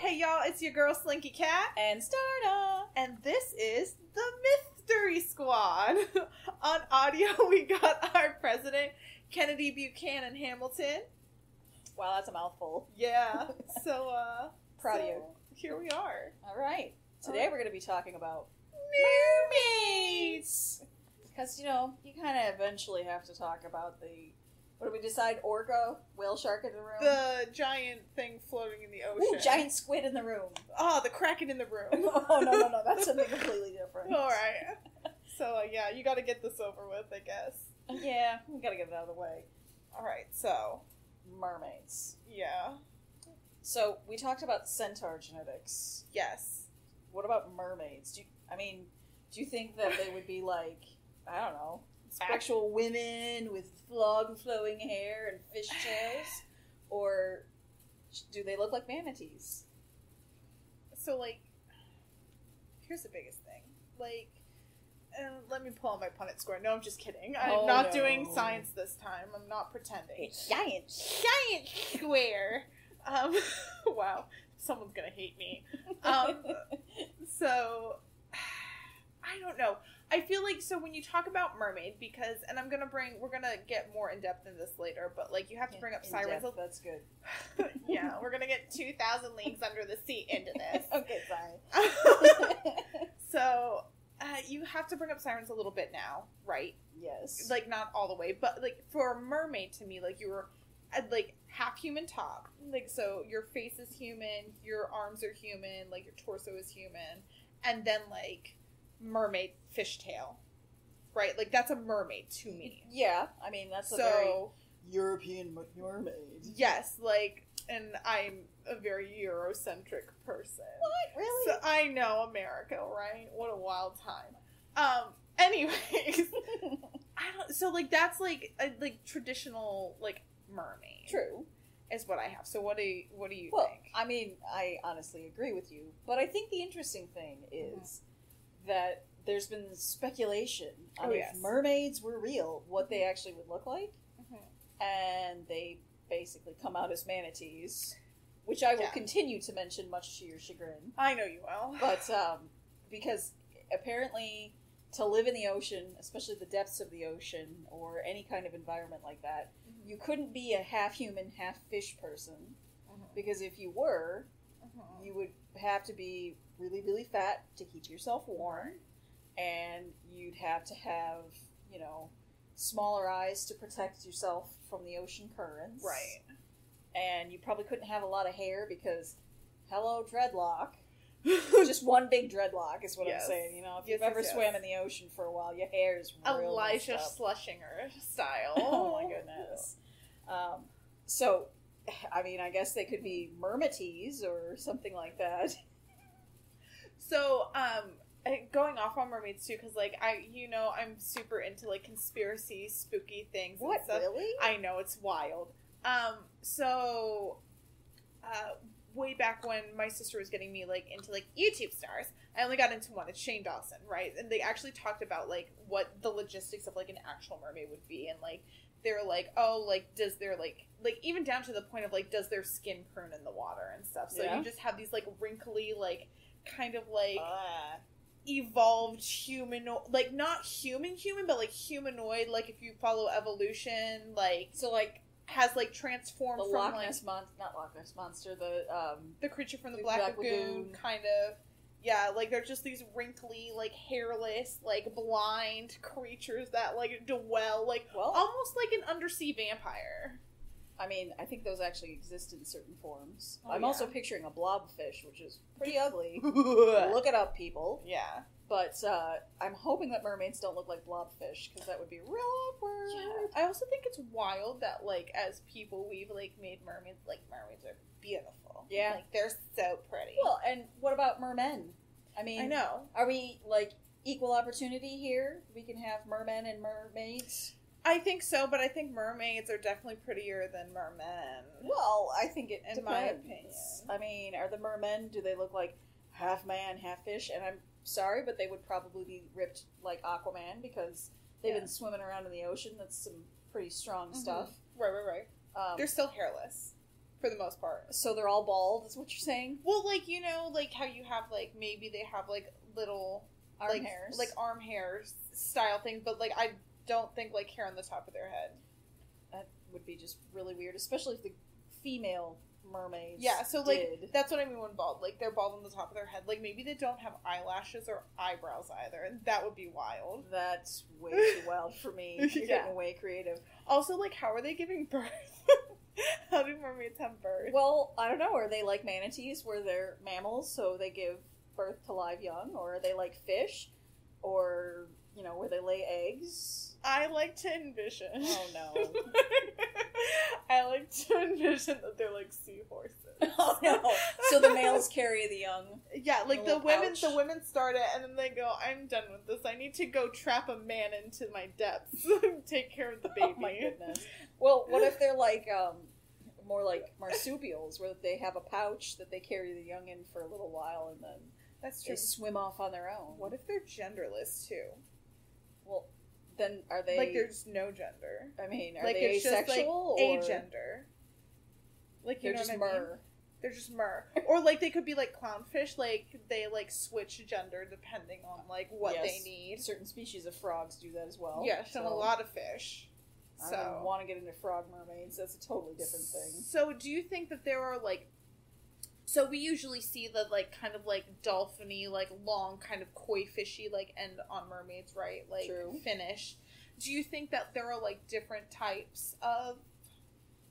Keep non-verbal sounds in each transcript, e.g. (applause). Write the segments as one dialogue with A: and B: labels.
A: it's your girl Slinky Cat,
B: and Starda.
A: and this is the Mystery Squad. (laughs) On audio, (laughs) we got our president, Kennedy Buchanan Hamilton.
B: Wow, that's a mouthful. (laughs)
A: Yeah. So, uh,
B: Proud
A: so
B: of you.
A: Here we are.
B: All right. Today we're going to be talking about mermaids. Because, you know, you kind of eventually have to talk about the. What do we decide? Orca? Whale shark in the room?
A: The giant thing floating in the ocean.
B: Ooh, giant squid in the room. (laughs)
A: Oh, the kraken in the room.
B: oh, no, no, no. That's something completely different.
A: (laughs) All right. So, uh, yeah, you got to get this over with, I guess.
B: Yeah, we got to get it out of the way.
A: All right. So,
B: Mermaids.
A: yeah.
B: So, we talked about centaur genetics.
A: Yes.
B: What about mermaids? Do you, I mean, do you think that they would be like I don't know, actual women with long flowing hair and
A: (sighs)
B: fishtails, or do they look like manatees?
A: So like, here's the biggest thing. Like, uh, let me pull out my Punnett score. No, I'm just kidding. I'm
B: Oh,
A: not
B: no.
A: doing science this time. I'm not pretending.
B: Giant.
A: Giant square. Um, (laughs) wow, someone's gonna hate me. Um,
B: (laughs)
A: so I don't know. I feel like so when you talk about mermaid because and I'm gonna bring we're gonna get more in depth in this later, but like you have to bring up
B: In
A: sirens.
B: depth, that's good.
A: (laughs) yeah, we're gonna get two thousand leagues under the sea into
B: (laughs) okay, fine.
A: this. (laughs) So uh, you have to bring up sirens a little bit now, right?
B: yes.
A: Like not all the way, but like for a mermaid to me, like you were uh, like half human top, like so your face is human, your arms are human, like your torso is human, and then like mermaid fishtail, right? Like that's a mermaid to me.
B: yeah, I mean that's a very
A: so
B: European mermaid.
A: yes, like, and I'm a very Eurocentric person.
B: What (laughs) really?
A: So I know America, right? What a wild time. Um. (laughs)
B: (laughs)
A: Anyways, I don't. So like that's like a like traditional like mermaid
B: True.
A: is what I have. So what do you, what do you
B: Well,
A: think?
B: I mean, I honestly agree with you, but I think the interesting thing
A: Uh-huh.
B: is that there's been speculation on
A: Oh,
B: if
A: yes. Mm-hmm.
B: mermaids were real, what they actually would look like,
A: Mhm.
B: and they basically come out as manatees, which I will
A: Yeah.
B: continue to mention much to your chagrin.
A: I know you will.
B: (laughs) But um, because apparently, to live in the ocean, especially the depths of the ocean or any kind of environment like that,
A: Mhm.
B: you couldn't be a half human, half fish person
A: Mhm.
B: because if you were,
A: Mhm.
B: you would have to be really really fat to keep yourself warm and you'd have to have you know smaller eyes to protect yourself from the ocean currents (laughs)
A: Right.
B: and you probably couldn't have a lot of hair because hello
A: (laughs)
B: dreadlock just one big dreadlock is what
A: Yes.
B: i'm saying you know if
A: Yes,
B: you've ever
A: yes, yes.
B: swam in the ocean for a while your hair is real
A: Elijah
B: messed up.
A: Schlesinger
B: (laughs)
A: style.
B: Oh my goodness. Um, so, I mean, I guess they could be mermites or something like
A: (laughs)
B: that.
A: So, um, eh, going off on mermaids too, because like I, you know, I'm super into like conspiracy, spooky things.
B: What
A: and stuff.
B: really?
A: I know it's wild. Um, so uh, way back when my sister was getting me like into like YouTube stars, I only got into one. It's Shane Dawson, right? And they actually talked about like what the logistics of like an actual mermaid would be, and like they're like, oh, like does their like like even down to the point of like does their skin prune in the water and stuff. So
B: Yeah.
A: you just have these like wrinkly like kind of like
B: Ah,
A: evolved humanoid like not human human but like humanoid like if you follow evolution like
B: so like
A: has like transformed
B: the
A: from
B: Loch
A: like
B: Ness monster, not Loch Ness monster. The um,
A: the creature from the,
B: The
A: Black,
B: Black
A: Lagoon,
B: Lagoon.
A: kind of. Yeah, like they're just these wrinkly, like hairless, like blind creatures that like dwell like
B: well,
A: almost like an undersea vampire.
B: I mean, I think those actually exist in certain forms.
A: Oh,
B: I'm
A: yeah.
B: also picturing a blobfish, which is
A: (laughs)
B: pretty ugly.
A: yeah.
B: Look it up, people. But uh, I'm hoping that mermaids don't look like blobfish because that would be real awkward.
A: I also think it's wild that like as people we've like made mermaids like mermaids are beautiful.
B: Yeah.
A: Like they're so pretty.
B: Well, and what about mermen? I mean,
A: I know.
B: Are we like equal opportunity here? We can have mermen and mermaids.
A: I think so, but I think mermaids are definitely prettier than mermen.
B: Well, I think it
A: In
B: depends.
A: my
B: I mean, are the mermen? Do they look like half man, half fish? And I'm sorry, but they would probably be ripped like Aquaman because they've
A: Yeah.
B: been swimming around in the ocean. That's some pretty strong
A: Mhm.
B: stuff.
A: Right, right, right.
B: Um,
A: They're still hairless. for the most part.
B: So they're all bald, is what you're saying?
A: Well, like you know, like how you have like maybe they have like little
B: Arm
A: like
B: hairs.
A: like arm hairs style things, but like I don't think like hair on the top of their head.
B: that would be just really weird, especially if the female mermaids.
A: Yeah, so, like,
B: did.
A: That's what I mean when bald. Like they're bald on the top of their head. Like maybe they don't have eyelashes or eyebrows either, and that would be wild.
B: That's way too wild
A: (laughs)
B: for me. You're
A: Yeah.
B: getting way creative.
A: Also, like how are they giving (laughs) birth? how do mermaids have birth?
B: Well, I don't know. Are they like manatees, where they're mammals, so they give birth to live young, or are they like fish, or you know, where they lay eggs?
A: I like to envision.
B: Oh
A: (laughs)
B: no!
A: I like to envision that they're like seahorses.
B: (laughs) oh no! So the males carry
A: (laughs)
B: the young.
A: Yeah, like the
B: little
A: women,
B: pouch.
A: the women start it, and then they go, "I'm done with this. I need to go trap a man into my depths, (laughs) take care of the baby."
B: Oh my goodness. Well, what if they're like um, more like marsupials, where they have a pouch that they carry the young in for a little while, and then
A: That's
B: they swim off on their own?
A: What if they're genderless too?
B: Well, then are they?
A: Like there's no gender,
B: I mean, are
A: like,
B: they
A: it's just, like,
B: asexual
A: a
B: or
A: gender. Like you
B: they're
A: know
B: just
A: what I mean?
B: mer?
A: They're just mer, or like they could be like clownfish. Like they like switch gender depending on like what
B: Yes.
A: they need.
B: Certain species of frogs do that as well.
A: yes, and a lot of fish.
B: I
A: So
B: don't want to get into frog mermaids. That's a totally different thing.
A: So, do you think that there are like, so we usually see the like kind of like dolphiny, like long kind of koi fishy like end on mermaids, right? Like
B: True.
A: finish. Do you think that there are like different types of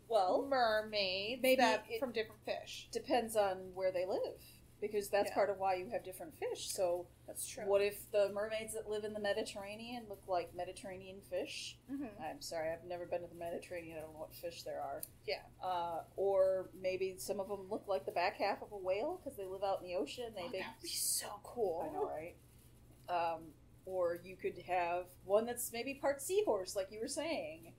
B: Well,
A: mermaids
B: maybe
A: that
B: it-
A: from different fish?
B: depends on where they live, because that's
A: Yeah.
B: part of why you have different fish. So,
A: That's true.
B: what if the mermaids that live in the Mediterranean look like Mediterranean fish?
A: hmm
B: I'm sorry, I've never been to the Mediterranean. I don't know what fish there are.
A: Yeah.
B: Uh, or maybe some of them look like the back half of a whale because they live out in the ocean. They
A: Oh,
B: big.
A: that would be so cool.
B: I know, right? Um, or you could have one that's maybe part seahorse, like you were saying.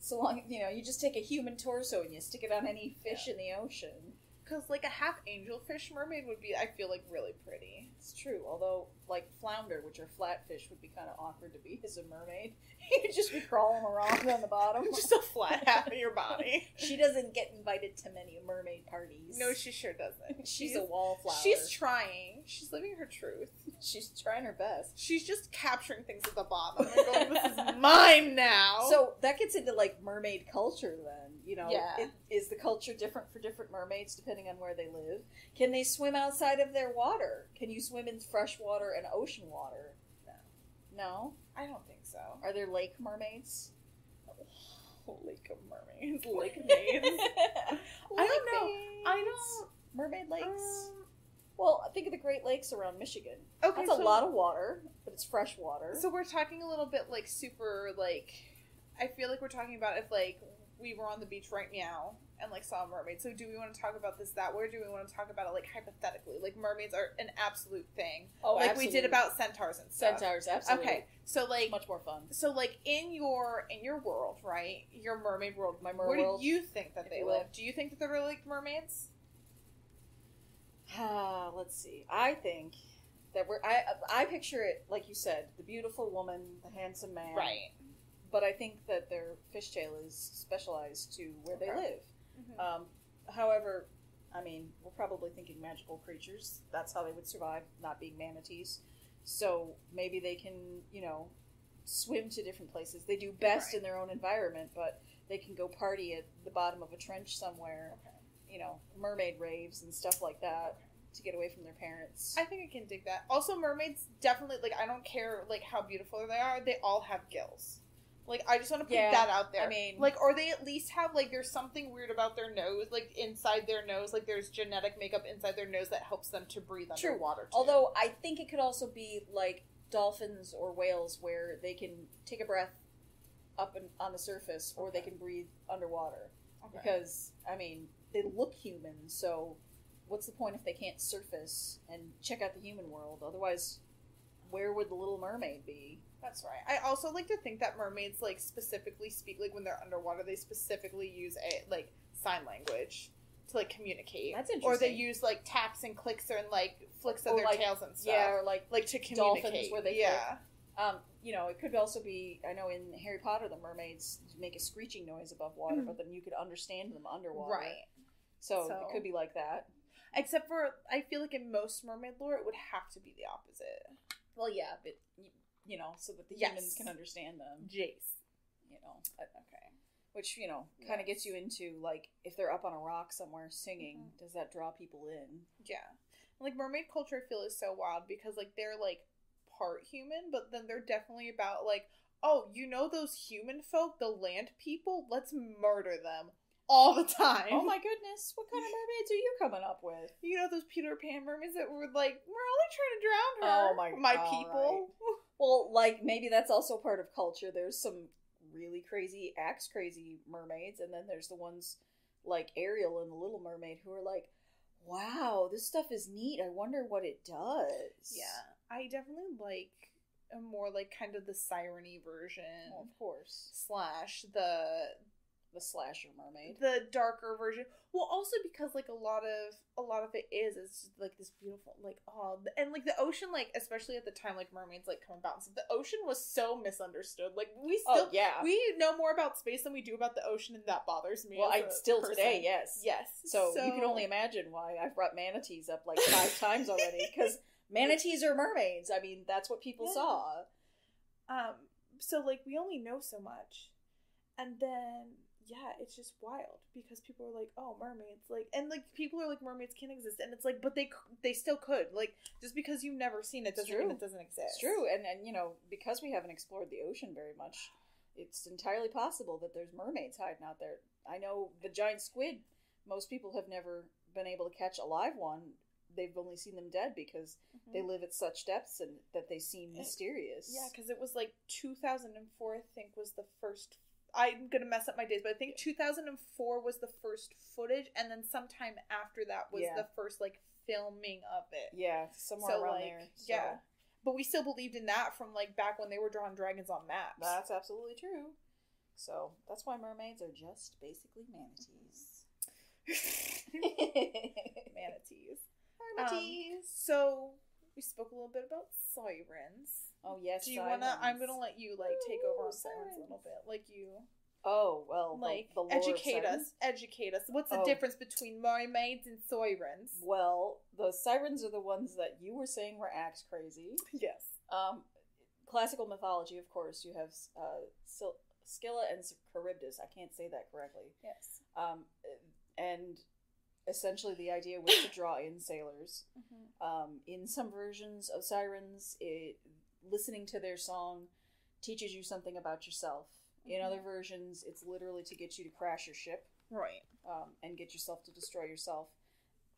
B: So long, you know, you just take a human torso and you stick it on any fish in the ocean.
A: Because like a half angelfish mermaid would be, I feel like really pretty.
B: It's true. Although, like flounder, which are flatfish, would be kind of awkward to be (laughs) as a mermaid. You'd just be crawling around on the bottom.
A: (laughs) Just a flat half of your
B: (laughs)
A: body.
B: she doesn't get invited to many mermaid parties.
A: No, she sure doesn't.
B: she's, a wallflower.
A: She's trying. She's living her truth.
B: she's trying her best.
A: She's just capturing things at the bottom and going, "This is (laughs) mine now."
B: So that gets into like mermaid culture then, you know.
A: Yeah.
B: It, is the culture different for different mermaids depending on where they live? Can they swim outside of their water? Can you swim in fresh water and ocean water?
A: No.
B: No?
A: I don't think so.
B: Are there lake mermaids?
A: Lake of mermaids, (laughs) lake
B: (laughs)
A: maids.
B: Lake
A: know.
B: maids?
A: I don't.
B: mermaid lakes.
A: Um,
B: well, think of the Great Lakes around Michigan.
A: okay,
B: That's
A: so,
B: a lot of water, but it's fresh water.
A: So we're talking a little bit like super like. I feel like we're talking about if like we were on the beach right now and like saw a mermaid. So do we want to talk about this that way? Or do we want to talk about it like hypothetically? Like mermaids are an absolute thing,
B: oh,
A: like we
B: absolutely.
A: did about centaurs and stuff.
B: centaurs, absolutely.
A: Okay, so like
B: much more fun.
A: so like in your in your world right your mermaid world
B: My
A: where
B: mermaid world.
A: do you think that
B: if
A: they
B: you will.
A: live do you think that they're really like mermaids
B: Ah, let's see. I think that we're. I I picture it like you said, the beautiful woman, the handsome man. But I think that their fishtail is specialized to where they
A: Okay.
B: live.
A: Mm-hmm.
B: Um, however, I mean, we're probably thinking magical creatures. That's how they would survive, not being manatees. So maybe they can, you know, swim to different places. They do best
A: Right.
B: in their own environment, but they can go party at the bottom of a trench somewhere
A: okay.
B: you know, mermaid raves and stuff like that to get away from their parents.
A: i think i can dig that also mermaids definitely like i don't care like how beautiful they are they all have gills like i just want to put
B: Yeah,
A: that out there
B: I mean-
A: like or they at least have like there's something weird about their nose like inside their nose like there's genetic makeup inside their nose that helps them to breathe
B: True.
A: underwater too.
B: Although I think it could also be like dolphins or whales where they can take a breath up and on the surface or they
A: Okay.
B: can breathe underwater
A: Okay.
B: because I mean, they look human, so what's the point if they can't surface and check out the human world? Otherwise, where would the little mermaid be?
A: That's right. I also like to think that mermaids like specifically speak like when they're underwater, they specifically use a like sign language to like communicate.
B: That's
A: Or they
B: interesting.
A: use like taps and clicks and like flicks of
B: Or,
A: their
B: like-
A: tails and stuff.
B: Yeah, or like
A: Like to
B: Dolphins,
A: communicate.
B: where they
A: yeah.
B: Um, you know, it could also be. I know in Harry Potter, the mermaids make a screeching noise above water, but then you could understand them underwater.
A: Mm-hmm. Right.
B: So,
A: So-
B: it could be like that.
A: Except for, I feel like in most mermaid lore, it would have to be the opposite.
B: Well, yeah, but y- you know, so that the
A: Yes.
B: humans can understand them.
A: Jace.
B: You know, I- which you know kind of gets you into like if they're up on a rock somewhere singing, does that draw people in?
A: Yeah. And, like mermaid culture I feel is so wild because like they're like part human, but then they're definitely about like, oh, you know those human folk, the land people? Let's murder them all the time.
B: Oh my goodness, what (laughs) kind of mermaids are you coming up with?
A: (laughs) you know those Peter Pan mermaids that were like, we're only trying to drown her.
B: Oh
A: my
B: my- all (laughs)
A: people.
B: Well, like maybe that's also part of culture. There's some really crazy, acts crazy mermaids, and then there's the ones like Ariel and the Little Mermaid who are like, "Wow, this stuff is neat. I wonder what it does."
A: Yeah. I definitely like a more like kind of the sireny version.
B: Well, of course,
A: Slash the
B: the slasher mermaid.
A: the darker version. Well, also because like a lot of a lot of it is it's just, like this beautiful like oh th- and like the ocean like especially at the time like mermaids like come about and stuff. The ocean was so misunderstood. Like we still
B: oh yeah.
A: we know more about space than we do about the ocean, and that bothers me.
B: well,
A: as
B: I
A: a
B: still
A: person.
B: today, yes.
A: Yes.
B: So, you can only imagine why I've brought manatees up like
A: (laughs)
B: five times already because manatees are mermaids. I mean, that's what people
A: Yeah.
B: saw.
A: um. So like we only know so much, and then. Yeah, it's just wild because people are like, "Oh, mermaids!" Like, and like people are like, "Mermaids can't exist," and it's like, but they c- they still could. Like, just because you've never seen it
B: It's
A: doesn't mean
B: true.
A: it doesn't exist.
B: It's true, and and you know because we haven't explored the ocean very much, it's entirely possible that there's mermaids hiding out there. I know the giant squid. Most people have never been able to catch a live one. They've only seen them dead because they live at such depths and that they seem
A: Yeah.
B: mysterious.
A: Mm-hmm. Mm. Yeah, because it was like 2004, I think, was the first. I'm going to mess up my days, but I think 2004 was the first footage, and then sometime after that was
B: Yeah.
A: the first, like, filming of it.
B: yeah, somewhere
A: So,
B: around
A: like,
B: there. So
A: yeah. But we still believed in that from, like, back when they were drawing dragons on maps.
B: that's absolutely true. So that's why mermaids are just basically
A: (laughs)
B: manatees.
A: Manatees. So, we spoke a little bit about sirens.
B: oh yes.
A: Do you want to? I'm going to
B: sirens.
A: let you, like, take over on
B: Ooh,
A: sirens a little
B: sirens.
A: bit. Like, you.
B: Oh well, the-
A: like
B: the, lore of
A: educate
B: sirens.
A: us educate us what's the
B: Oh.
A: difference between mermaids and sirens
B: Well, the sirens are the ones that you were saying were axe crazy.
A: (laughs) yes
B: Um, classical mythology, of course, you have uh, Sil- Scylla and Charybdis. I can't say that correctly.
A: yes
B: Um, and essentially, the idea was to draw in sailors.
A: Mm-hmm.
B: Um, in some versions of sirens, it, listening to their song teaches you something about yourself. In
A: Mhm.
B: other versions, it's literally to get you to crash your ship
A: right
B: um, and get yourself to destroy yourself.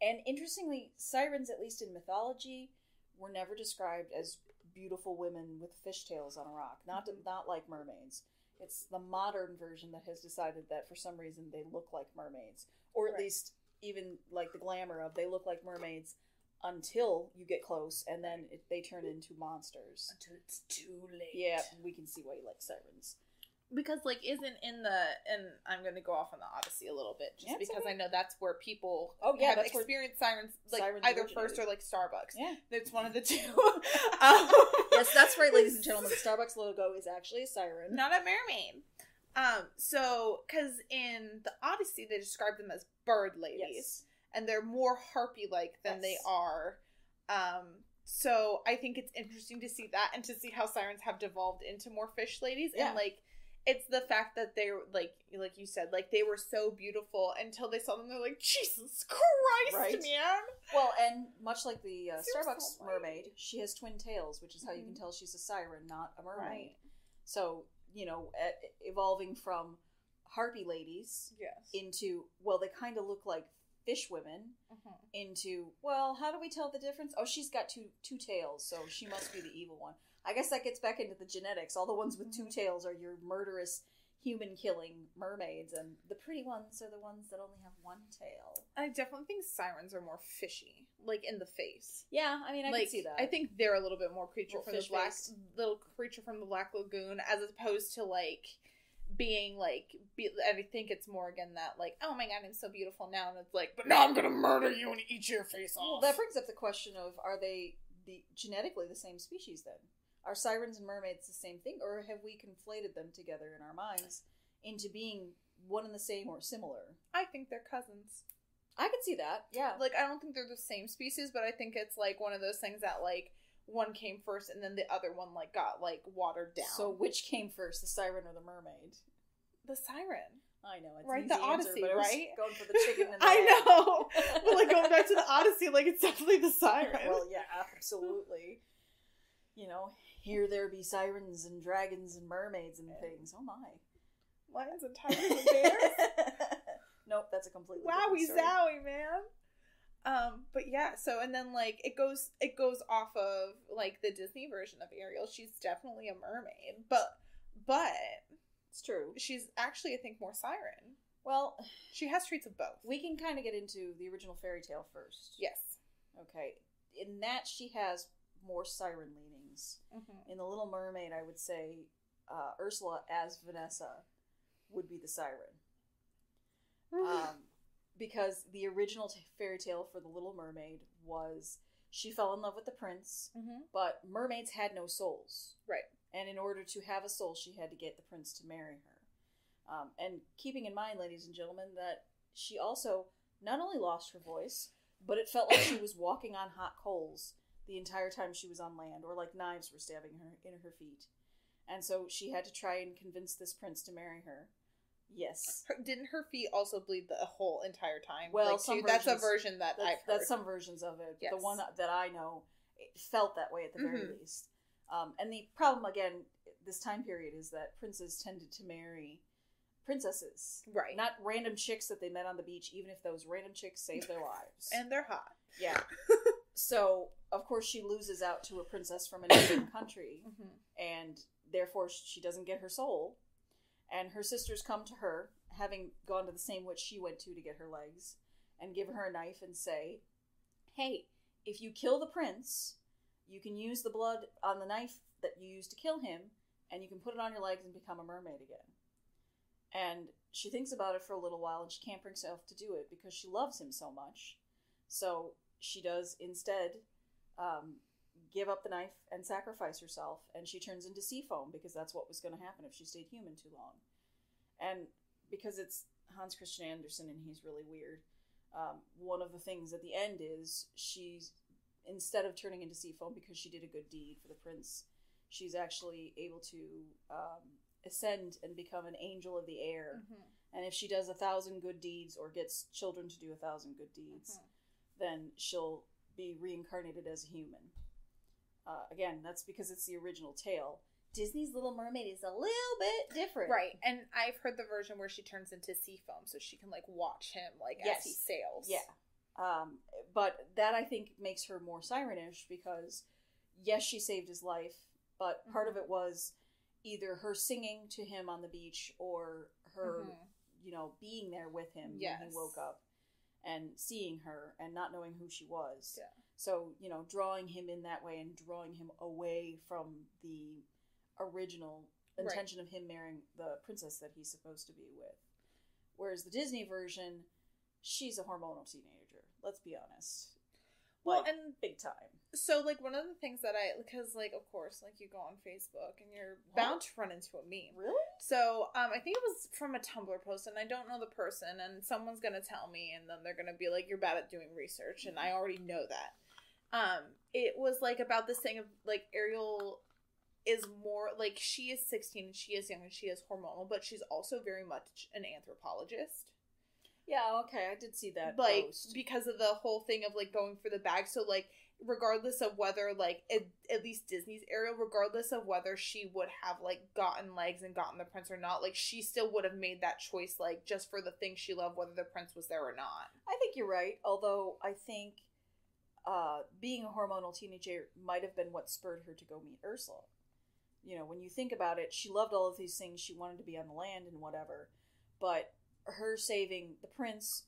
B: And interestingly, sirens, at least in mythology, were never described as beautiful women with fishtails on a rock. Not
A: Mhm.
B: not like mermaids. It's the modern version that has decided that for some reason they look like mermaids, or at
A: Right.
B: least even like the glamour of they look like mermaids until you get close and then it, they turn into monsters.
A: until it's too late
B: Yeah, we can see why you like sirens.
A: because like isn't in the and i'm gonna go off on the odyssey a little bit just
B: That's
A: because
B: okay.
A: i know that's where people
B: Oh, yeah,
A: have
B: that's where
A: experienced sirens like
B: sirens
A: either
B: originated.
A: first or like starbucks
B: Yeah.
A: it's one of the two (laughs) Um,
B: Yes, that's right, ladies and gentlemen. The Starbucks logo is actually a siren.
A: not a mermaid um so because in the odyssey they describe them as bird ladies
B: Yes.
A: and they're more harpy like than they
B: Yes.
A: are. Um, so I think it's interesting to see that and to see how sirens have devolved into more fish ladies
B: Yeah.
A: and like it's the fact that they were like like you said like they were so beautiful until they saw them they're like Jesus Christ
B: Right.
A: man
B: Well, and much like the uh,
A: She was
B: Starbucks
A: so white.
B: mermaid, she has twin tails, which is how you can
A: Mhm.
B: tell she's a siren, not a mermaid.
A: Right.
B: So, you know, e- evolving from harpy ladies
A: yes
B: into, well, they kind of look like fish women,
A: Mhm.
B: into, well, how do we tell the difference? Oh, she's got two two tails, so she must be the evil one. I guess that gets back into the genetics. All the ones with two tails are your murderous human killing mermaids, and the pretty ones are the ones that only have one tail.
A: I definitely think sirens are more fishy like in the face
B: Yeah, I mean, I
A: like
B: can see that.
A: I think they're a little bit more creature
B: Little
A: from the
B: fish
A: black
B: face.
A: little creature from the black lagoon as opposed to like being like be, I think it's more again that like oh my god I'm so beautiful now and it's like but now I'm gonna murder you and eat your face
B: Well,
A: off.
B: that brings up the question of are they the genetically the same species then? Are sirens and mermaids the same thing, or have we conflated them together in our minds into being one and the same or similar?
A: I think they're cousins.
B: I could see that. Yeah.
A: Like I don't think they're the same species, but I think it's like one of those things that like one came first and then the other one like got like watered down.
B: So which came first, the siren or the mermaid?
A: the siren.
B: I know it's
A: Right,
B: an
A: the
B: easy answer,
A: Odyssey,
B: but I was
A: right?
B: Going for (laughs) the chicken.
A: (laughs)
B: And the
A: I
B: egg.
A: know. but like going back to the Odyssey, like it's definitely the siren.
B: (laughs) well, yeah, absolutely. You know, here there be sirens and dragons and mermaids and
A: Eh.
B: things. Oh my!
A: Lions and tigers
B: (laughs)
A: and bears.
B: nope, that's a completely
A: Wowie
B: different story.
A: zowie, man. Um, but yeah, so and then like it goes it goes off of like the Disney version of Ariel. She's definitely a mermaid, but but
B: It's true.
A: she's actually I think more siren.
B: Well,
A: She has traits of both.
B: we can kind of get into the original fairy tale first.
A: Yes.
B: Okay. In that, she has more siren leanings.
A: Mhm.
B: In the Little Mermaid, I would say uh, Ursula as Vanessa would be the siren. um, because the original t- fairy tale for the Little Mermaid was she fell in love with the prince,
A: Mhm.
B: but mermaids had no souls,
A: Right.
B: and in order to have a soul, she had to get the prince to marry her. Um, and keeping in mind, ladies and gentlemen, that she also not only lost her voice, but it felt like she was walking on hot coals the entire time she was on land, or like knives were stabbing her in her feet. And so she had to try and convince this prince to marry her. Yes.
A: Her, didn't her feet also bleed the whole entire time?
B: Well,
A: Like,
B: some
A: she- that's a
B: versions-
A: version that
B: That's,
A: I've heard.
B: that's some versions of it. but
A: Yes. Mm-hmm.
B: The one that I know it felt that way at the very least. Um, and the problem again this time period is that princes tended to marry princesses,
A: right.
B: not random chicks that they met on the beach, even if those random chicks saved their lives.
A: and they're hot. (laughs)
B: yeah. so of course she loses out to a princess
A: (coughs)
B: from another country, and therefore she doesn't get her soul. And her sisters come to her, having gone to the same witch she went to to get her legs, and give her a knife and say, Hey, if you kill the prince, you can use the blood on the knife that you used to kill him, and you can put it on your legs and become a mermaid again. And she thinks about it for a little while and she can't bring herself to do it because she loves him so much. So she does instead um, give up the knife and sacrifice herself, and she turns into sea foam because that's what was going to happen if she stayed human too long. And because it's Hans Christian Andersen and he's really weird, um, one of the things at the end is she's instead of turning into sea foam because she did a good deed for the prince, she's actually able to um, ascend and become an angel of the air.
A: Mm-hmm.
B: And if she does a thousand good deeds or gets children to do a thousand good deeds,
A: Mhm.
B: then she'll be reincarnated as a human. Uh, again, that's because it's the original tale. Disney's Little Mermaid is a little bit different.
A: Right. And I've heard the version where she turns into sea foam so she can like watch him like
B: Yes.
A: as he sails.
B: Yeah. Um, but that I think makes her more sirenish because, yes, she saved his life, but part of it was either her singing to him on the beach or her
A: Mhm.
B: you know, being there with him when
A: Yes.
B: he woke up and seeing her and not knowing who she was.
A: Yeah.
B: So, you know, drawing him in that way and drawing him away from the original
A: Right.
B: intention of him marrying the princess that he's supposed to be with. Whereas the Disney version, she's a hormonal teenager, let's be honest.
A: Well,
B: Like,
A: and
B: big time.
A: so like one of the things that I because like of course like you go on Facebook and you're
B: What?
A: bound to run into a meme.
B: Really?
A: So um, I think it was from a Tumblr post, and I don't know the person, and someone's gonna tell me, and then they're gonna be like, "You're bad at doing research," and I already know that. Um, it was like about this thing of like Ariel is more like she is 16 and she is young and she is hormonal, but she's also very much an anthropologist
B: Yeah, okay, I did see that
A: like
B: post.
A: because of the whole thing of like going for the bag so like regardless of whether like at, at least disney's ariel regardless of whether she would have like gotten legs and gotten the prince or not like she still would have made that choice like just for the thing she loved whether the prince was there or not
B: I think you're right. Although I think uh, being a hormonal teenager might have been what spurred her to go meet Ursula. You know, when you think about it, she loved all of these things. She wanted to be on the land and whatever, but her saving the prince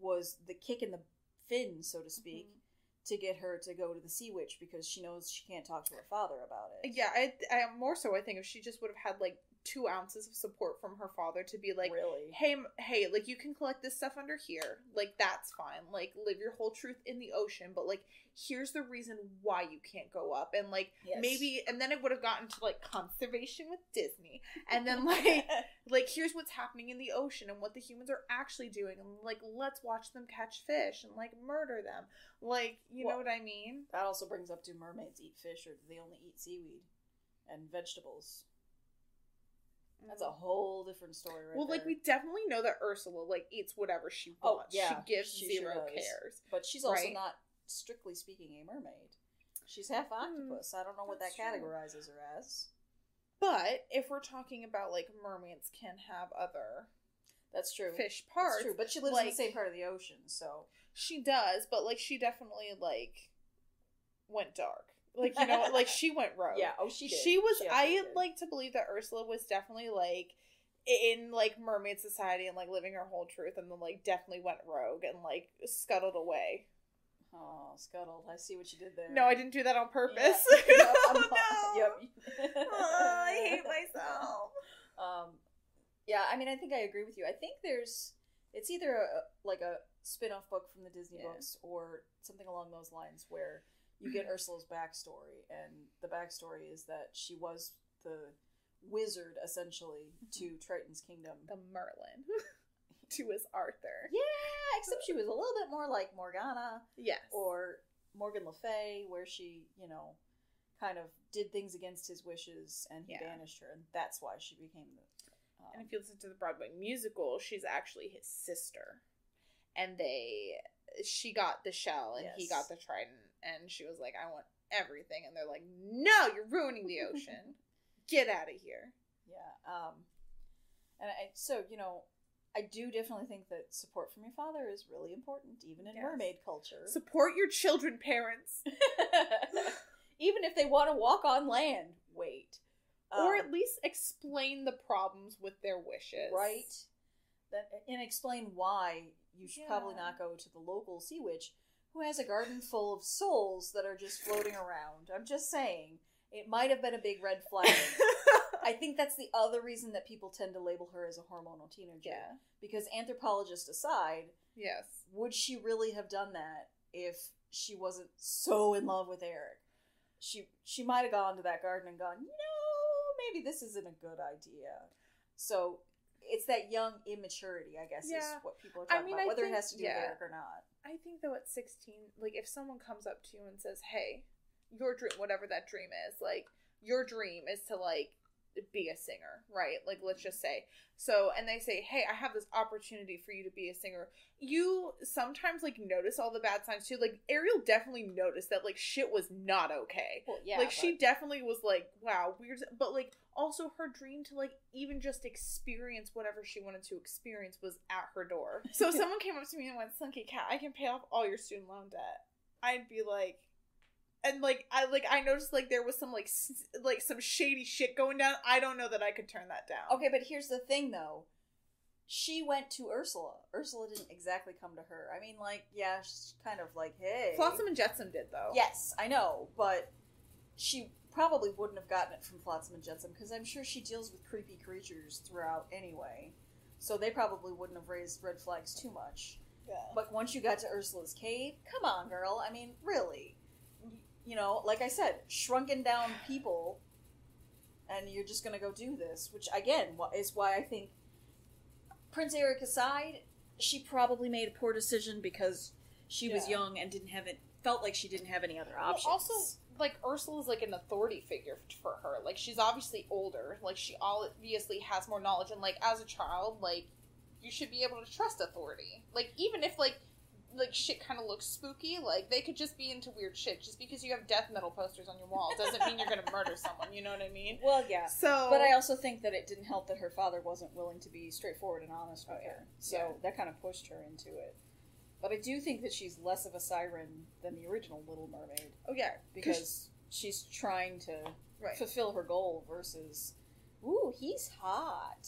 B: was the kick in the fin, so
A: Mm-hmm.
B: to speak, to get her to go to the sea witch because she knows she can't talk to her father about it.
A: yeah i, I more so i think if she just would have had like two ounces of support from her father to be like,
B: really.
A: hey, m- hey, like you can collect this stuff under here. Like that's fine. Like live your whole truth in the ocean, but like here's the reason why you can't go up. And like
B: Yes.
A: maybe and then it would have gotten to like conservation with Disney. And then
B: (laughs)
A: like like here's what's happening in the ocean and what the humans are actually doing. And like let's watch them catch fish and like murder them. Like, you know
B: Well-
A: what I mean?
B: that also brings up do mermaids eat fish or do they only eat seaweed and vegetables? That's a whole different story, right?
A: Mm. well, like
B: there.
A: we definitely know that Ursula like eats whatever she
B: Oh,
A: wants.
B: yeah,
A: she gives
B: she sure
A: zero
B: does.
A: cares.
B: but she's also
A: right?
B: not strictly speaking a mermaid. She's half octopus. I don't know what that
A: that's true.
B: categorizes her as.
A: But if we're talking about like mermaids can have other
B: That's true.
A: fish
B: That's
A: parts,
B: true. But she lives in the
A: like-
B: same part of the ocean, so
A: she does. But like she definitely like went dark. Like you know, like she
B: (laughs)
A: went rogue.
B: yeah. Oh, she did.
A: she was. I
B: absolutely did.
A: like to believe that Ursula was definitely like in like mermaid society and like living her whole truth, and then like definitely went rogue and like scuttled away.
B: Oh, scuttled. I see what you did there.
A: No, I didn't do that on purpose.
B: (laughs) Yep,
A: Oh, (laughs)
B: I'm
A: no.
B: lying. Yep.
A: Oh, I
B: (laughs)
A: hate myself.
B: Um, yeah, I mean, I think I agree with you. I think there's it's either a, like a spin-off book from the Disney
A: Yeah.
B: books or something along those lines where you (clears throat) get Ursula's backstory, and the backstory is that she was the wizard essentially to Triton's kingdom.
A: The Merlin, (laughs) to his Arthur.
B: Yeah, except she was a little bit more like Morgana
A: Yes.
B: or Morgan Le Fay, where she, you know, kind of did things against his wishes, and he
A: Yeah.
B: banished her, and that's why she became the. Um,
A: And if you listen to the Broadway musical, she's actually his sister. And they she got the shell and he
B: Yes.
A: got the trident and she was like, I want everything and they're like, No, you're ruining the ocean.
B: (laughs)
A: Get out of here.
B: Yeah. Um, and I, so, you know, I do definitely think that support from your father is really important, even in
A: Yes.
B: mermaid culture.
A: Support your children, parents.
B: (laughs) even if they want to walk on land, wait.
A: or
B: Um,
A: at least explain the problems with their wishes.
B: right?
A: (laughs)
B: That, and explain why you should probably
A: Yeah.
B: not go to the local sea witch who has a garden full of souls that are just floating around. I'm just saying. It might have been a big red flag. I think that's the other reason that people tend to label her as a hormonal teenager.
A: yeah.
B: Because anthropologists aside,
A: Yes.
B: would she really have done that if she wasn't so in love with Eric? She she might have gone to that garden and gone, you know, maybe this isn't a good idea. So it's that young immaturity, I guess,
A: Yeah.
B: is what people are
A: I
B: talking
A: mean,
B: about,
A: I
B: whether
A: think-
B: it has to do
A: yeah.
B: with Eric or not.
A: I think though at 16, like if someone comes up to you and says, "Hey, your dream, whatever that dream is, like your dream is to like be a singer, right? Like let's just say." So, and they say, "Hey, I have this opportunity for you to be a singer." You sometimes like notice all the bad signs too. Like Ariel definitely noticed that like shit was not okay.
B: Well, yeah,
A: like she definitely was like, "Wow, weird," but like also her dream to like even just experience whatever she wanted to experience was at her door. So if someone came up to me and went, "Sunky Cat, I can pay off all your student loan debt," I'd be like, and like I like I noticed like there was some like s- like some shady shit going down. I don't know that I could turn that down.
B: Okay, but here's the thing though. She went to Ursula. Ursula didn't exactly come to her. I mean, like, yeah, she's kind of like, hey.
A: Flotsam and Jetsam did though.
B: Yes, I know, but she probably wouldn't have gotten it from Flotsam and Jetsam because I'm sure she deals with creepy creatures throughout anyway. So they probably wouldn't have raised red flags too much.
A: yeah.
B: But once you got to Ursula's cave, come on, girl. I mean, really. Y- You know, like I said, shrunken down people, and you're just going to go do this, which again wh- is why I think Prince Eric aside, she probably made a poor decision because she was
A: Yeah.
B: young and didn't have it, felt like she didn't have any other
A: Well,
B: options.
A: also, like Ursula's like an authority figure f- for her. Like she's obviously older. Like she obviously has more knowledge. And like as a child, like you should be able to trust authority. Like even if like like shit kind of looks spooky, like they could just be into weird shit. Just because you have death metal posters on your wall doesn't mean you're gonna murder someone. You know what I mean?
B: well, yeah.
A: So,
B: But I also think that it didn't help that her father wasn't willing to be straightforward and honest with
A: Oh, yeah.
B: her. So
A: Yeah.
B: that kind of pushed her into it. But I do think that she's less of a siren than the original Little Mermaid
A: oh yeah,
B: because she's trying to
A: right.
B: fulfill her goal versus, ooh, he's hot.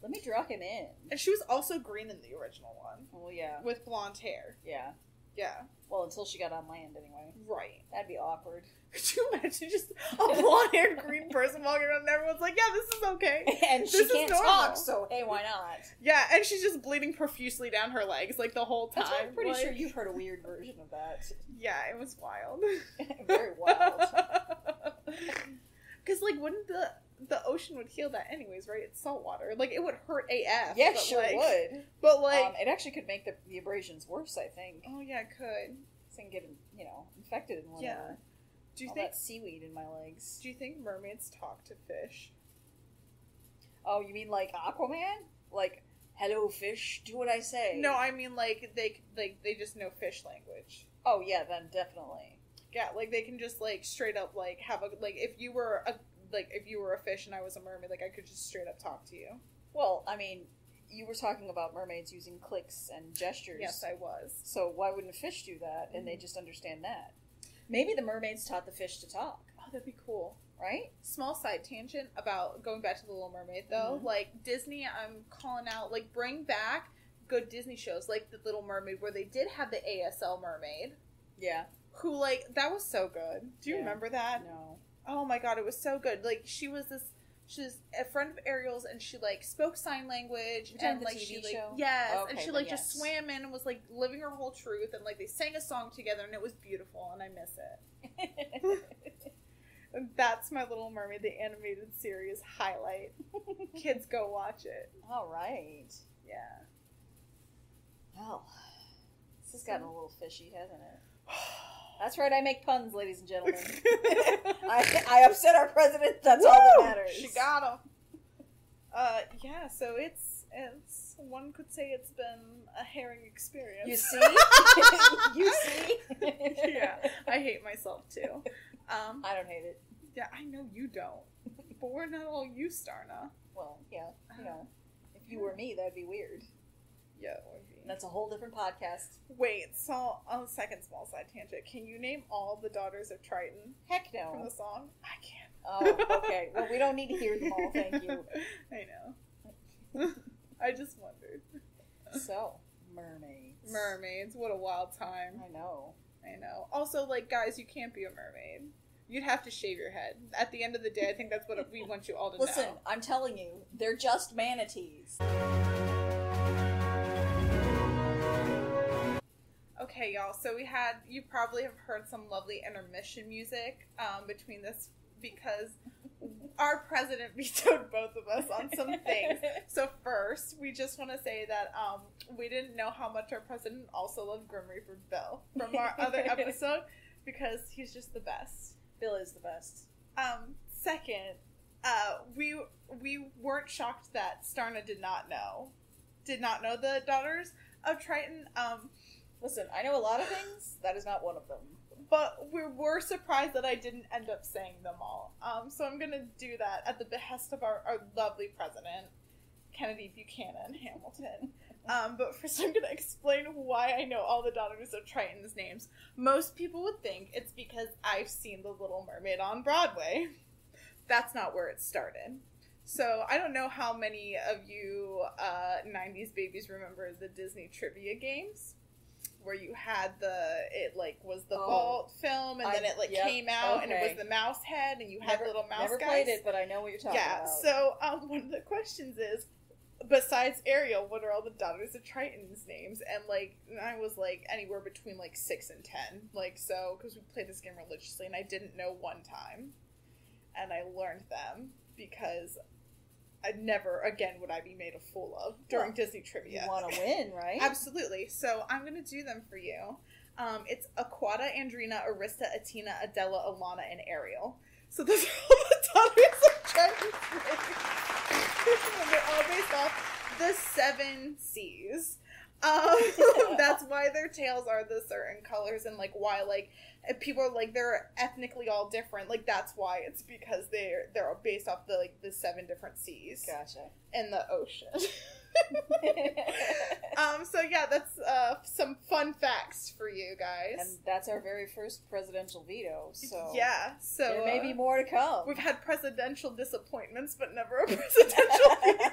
B: Let me draw him in.
A: And she was also green in the original one
B: Well, yeah.
A: with blonde hair.
B: Yeah.
A: Yeah.
B: Well, until she got on land, anyway.
A: Right.
B: That'd be awkward.
A: (laughs)
B: (laughs)
A: Could you imagine just a blonde haired green person walking around and everyone's like, yeah, this is okay.
B: and she
A: This is
B: can't
A: normal.
B: talk, so hey, why not?
A: Yeah, and she's just bleeding profusely down her legs like the whole time.
B: That's why I'm pretty
A: like-
B: sure you've heard a weird version of (laughs) that.
A: Yeah, it was wild.
B: Very
A: (laughs)
B: wild.
A: Because like, wouldn't the the ocean would heal that anyways, right? It's salt water. Like it would hurt AF.
B: yeah,
A: but,
B: sure
A: like-
B: would.
A: But like,
B: um, it actually could make the, the abrasions worse. I think.
A: oh yeah, it could.
B: So I can get you know infected in one.
A: Yeah.
B: Yeah.
A: Do you
B: All
A: think?
B: that seaweed in my legs?
A: Do you think mermaids talk to fish?
B: Oh, you mean like Aquaman? Like, hello, fish. Do what I say.
A: No, I mean like they like they just know fish language.
B: oh yeah, then definitely.
A: Yeah, like they can just like straight up like have a like if you were a like if you were a fish and I was a mermaid, like I could just straight up talk to you.
B: Well, I mean, you were talking about mermaids using clicks and gestures.
A: Yes, I was.
B: So why wouldn't a fish do that? And they just understand that. Mm-hmm. Maybe the mermaids taught the fish to talk,
A: Oh, that'd be cool.
B: right?
A: small side tangent about going back to the little mermaid though
B: Mhm.
A: like disney i'm calling out like bring back good disney shows like the little mermaid where they did have the asl mermaid
B: Yeah.
A: who like that was so good do you
B: Yeah.
A: remember that
B: No. (laughs)
A: oh my god it was so good like she was this she's a friend of ariel's and she like spoke sign language
B: You're talking
A: and
B: the
A: like
B: TV
A: she like
B: show?
A: yes and
B: Okay,
A: she
B: then
A: like just
B: yes.
A: swam in and was like living her whole truth and like they sang a song together and it was beautiful and i miss it And That's my Little Mermaid, the animated series
B: (laughs)
A: highlight. Kids go watch it.
B: All right.
A: Yeah.
B: Well, this has gotten a little fishy, hasn't it? That's right. I make puns, ladies
A: (laughs)
B: and gentlemen. I, I upset our president. That's all
A: Woo!
B: that matters.
A: She got him. Uh, yeah. So it's it's one could say it's been a herring experience.
B: You see? (laughs) you see?
A: Yeah. I hate myself
B: (laughs)
A: too. Um,
B: I don't hate it.
A: yeah, I know you don't, but we're not all you, Starna.
B: Well, yeah, you know, if you were me, that'd be weird.
A: Yeah.
B: And that's a whole different podcast.
A: Wait. So on the second small side tangent, can you name all the daughters of Triton
B: Heck
A: from
B: no.
A: the song? I can't.
B: Oh, okay. Well, we don't need to hear them all. Thank you.
A: I know. (laughs) I just wondered.
B: So, mermaids.
A: Mermaids, what a wild time.
B: I know.
A: I know. Also, like, guys, you can't be a mermaid. You'd have to shave your head. At the end of the day, I think that's what we want you all to
B: Listen,
A: know.
B: I'm telling you, they're just manatees.
A: Okay, y'all. So we had, you probably have heard some lovely intermission music um, between this because our president (laughs) vetoed both of us on some
B: (laughs)
A: things. So first, we just want to say that um, we didn't know how much our president also loved Grim Reaper Bill from our other episode because he's just the best.
B: Bill is the best.
A: Um, second, uh, we we weren't shocked that Starna did not know, did not know the daughters of Triton. Um,
B: Listen, I know a lot of things. That is not one of them.
A: but we were surprised that I didn't end up saying them all. Um, so I'm gonna do that at the behest of our, our lovely president, Kennedy Buchanan Hamilton. Um, but (laughs) first, I'm gonna explain why I know all the daughters of Triton's names. Most people would think it's because I've seen The Little Mermaid on Broadway. That's not where it started. So I don't know how many of you uh, '90s babies remember the Disney trivia games, where you had the it like was the
B: Oh.
A: vault film, and
B: I-
A: then it like
B: yep,
A: came out, and it was
B: okay.
A: the mouse head, and you had
B: Never-
A: little mouse
B: Never
A: guys.
B: played it, but I know what you're talking
A: yeah.
B: about.
A: So um, one of the questions is, besides Ariel, what are all the daughters of Triton's names? And like and I was like anywhere between like six and ten, like so because we played this game religiously, and I didn't know one time, and I learned them because. I never again would I be made a fool of during
B: Well,
A: Disney
B: you
A: trivia.
B: want to win, right?
A: Absolutely. So I'm going to do them for you. Um, it's Aquata, Andrina, Arista, Atina, Adela, Alana, and Ariel. So those are all the daughters of Triton's names. (laughs) They're all based off the seven C's. Um, (laughs) that's why their tails are the certain colors and like why like if people are like they're ethnically all different. Like that's why it's because they're they're all based off the like the seven different C's (laughs)
B: Gotcha.
A: in the ocean. (laughs) um, so yeah, that's uh, some fun facts for you
B: and
A: guys.
B: that's our very first presidential veto. So
A: yeah, so
B: there may
A: uh,
B: be more to come. (laughs)
A: we've had (laughs) presidential disappointments, but never a presidential veto.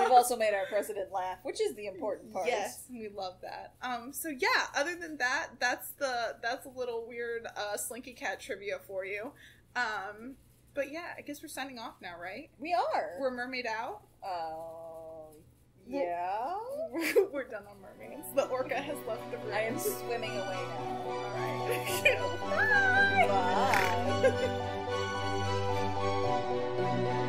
B: We've also made our president laugh, which is the important part.
A: Yes, we love that. Um, so yeah, other than that, that's the that's a little weird uh, Slinky Cat trivia for you. Um, but yeah, I guess we're signing off now, right?
B: We are.
A: We're mermaid out.
B: Oh, yeah.
A: (laughs) we're done on mermaids. The orca has left the room.
B: I
A: (laughs)
B: am swimming away now.
A: All right. Bye.
B: Bye.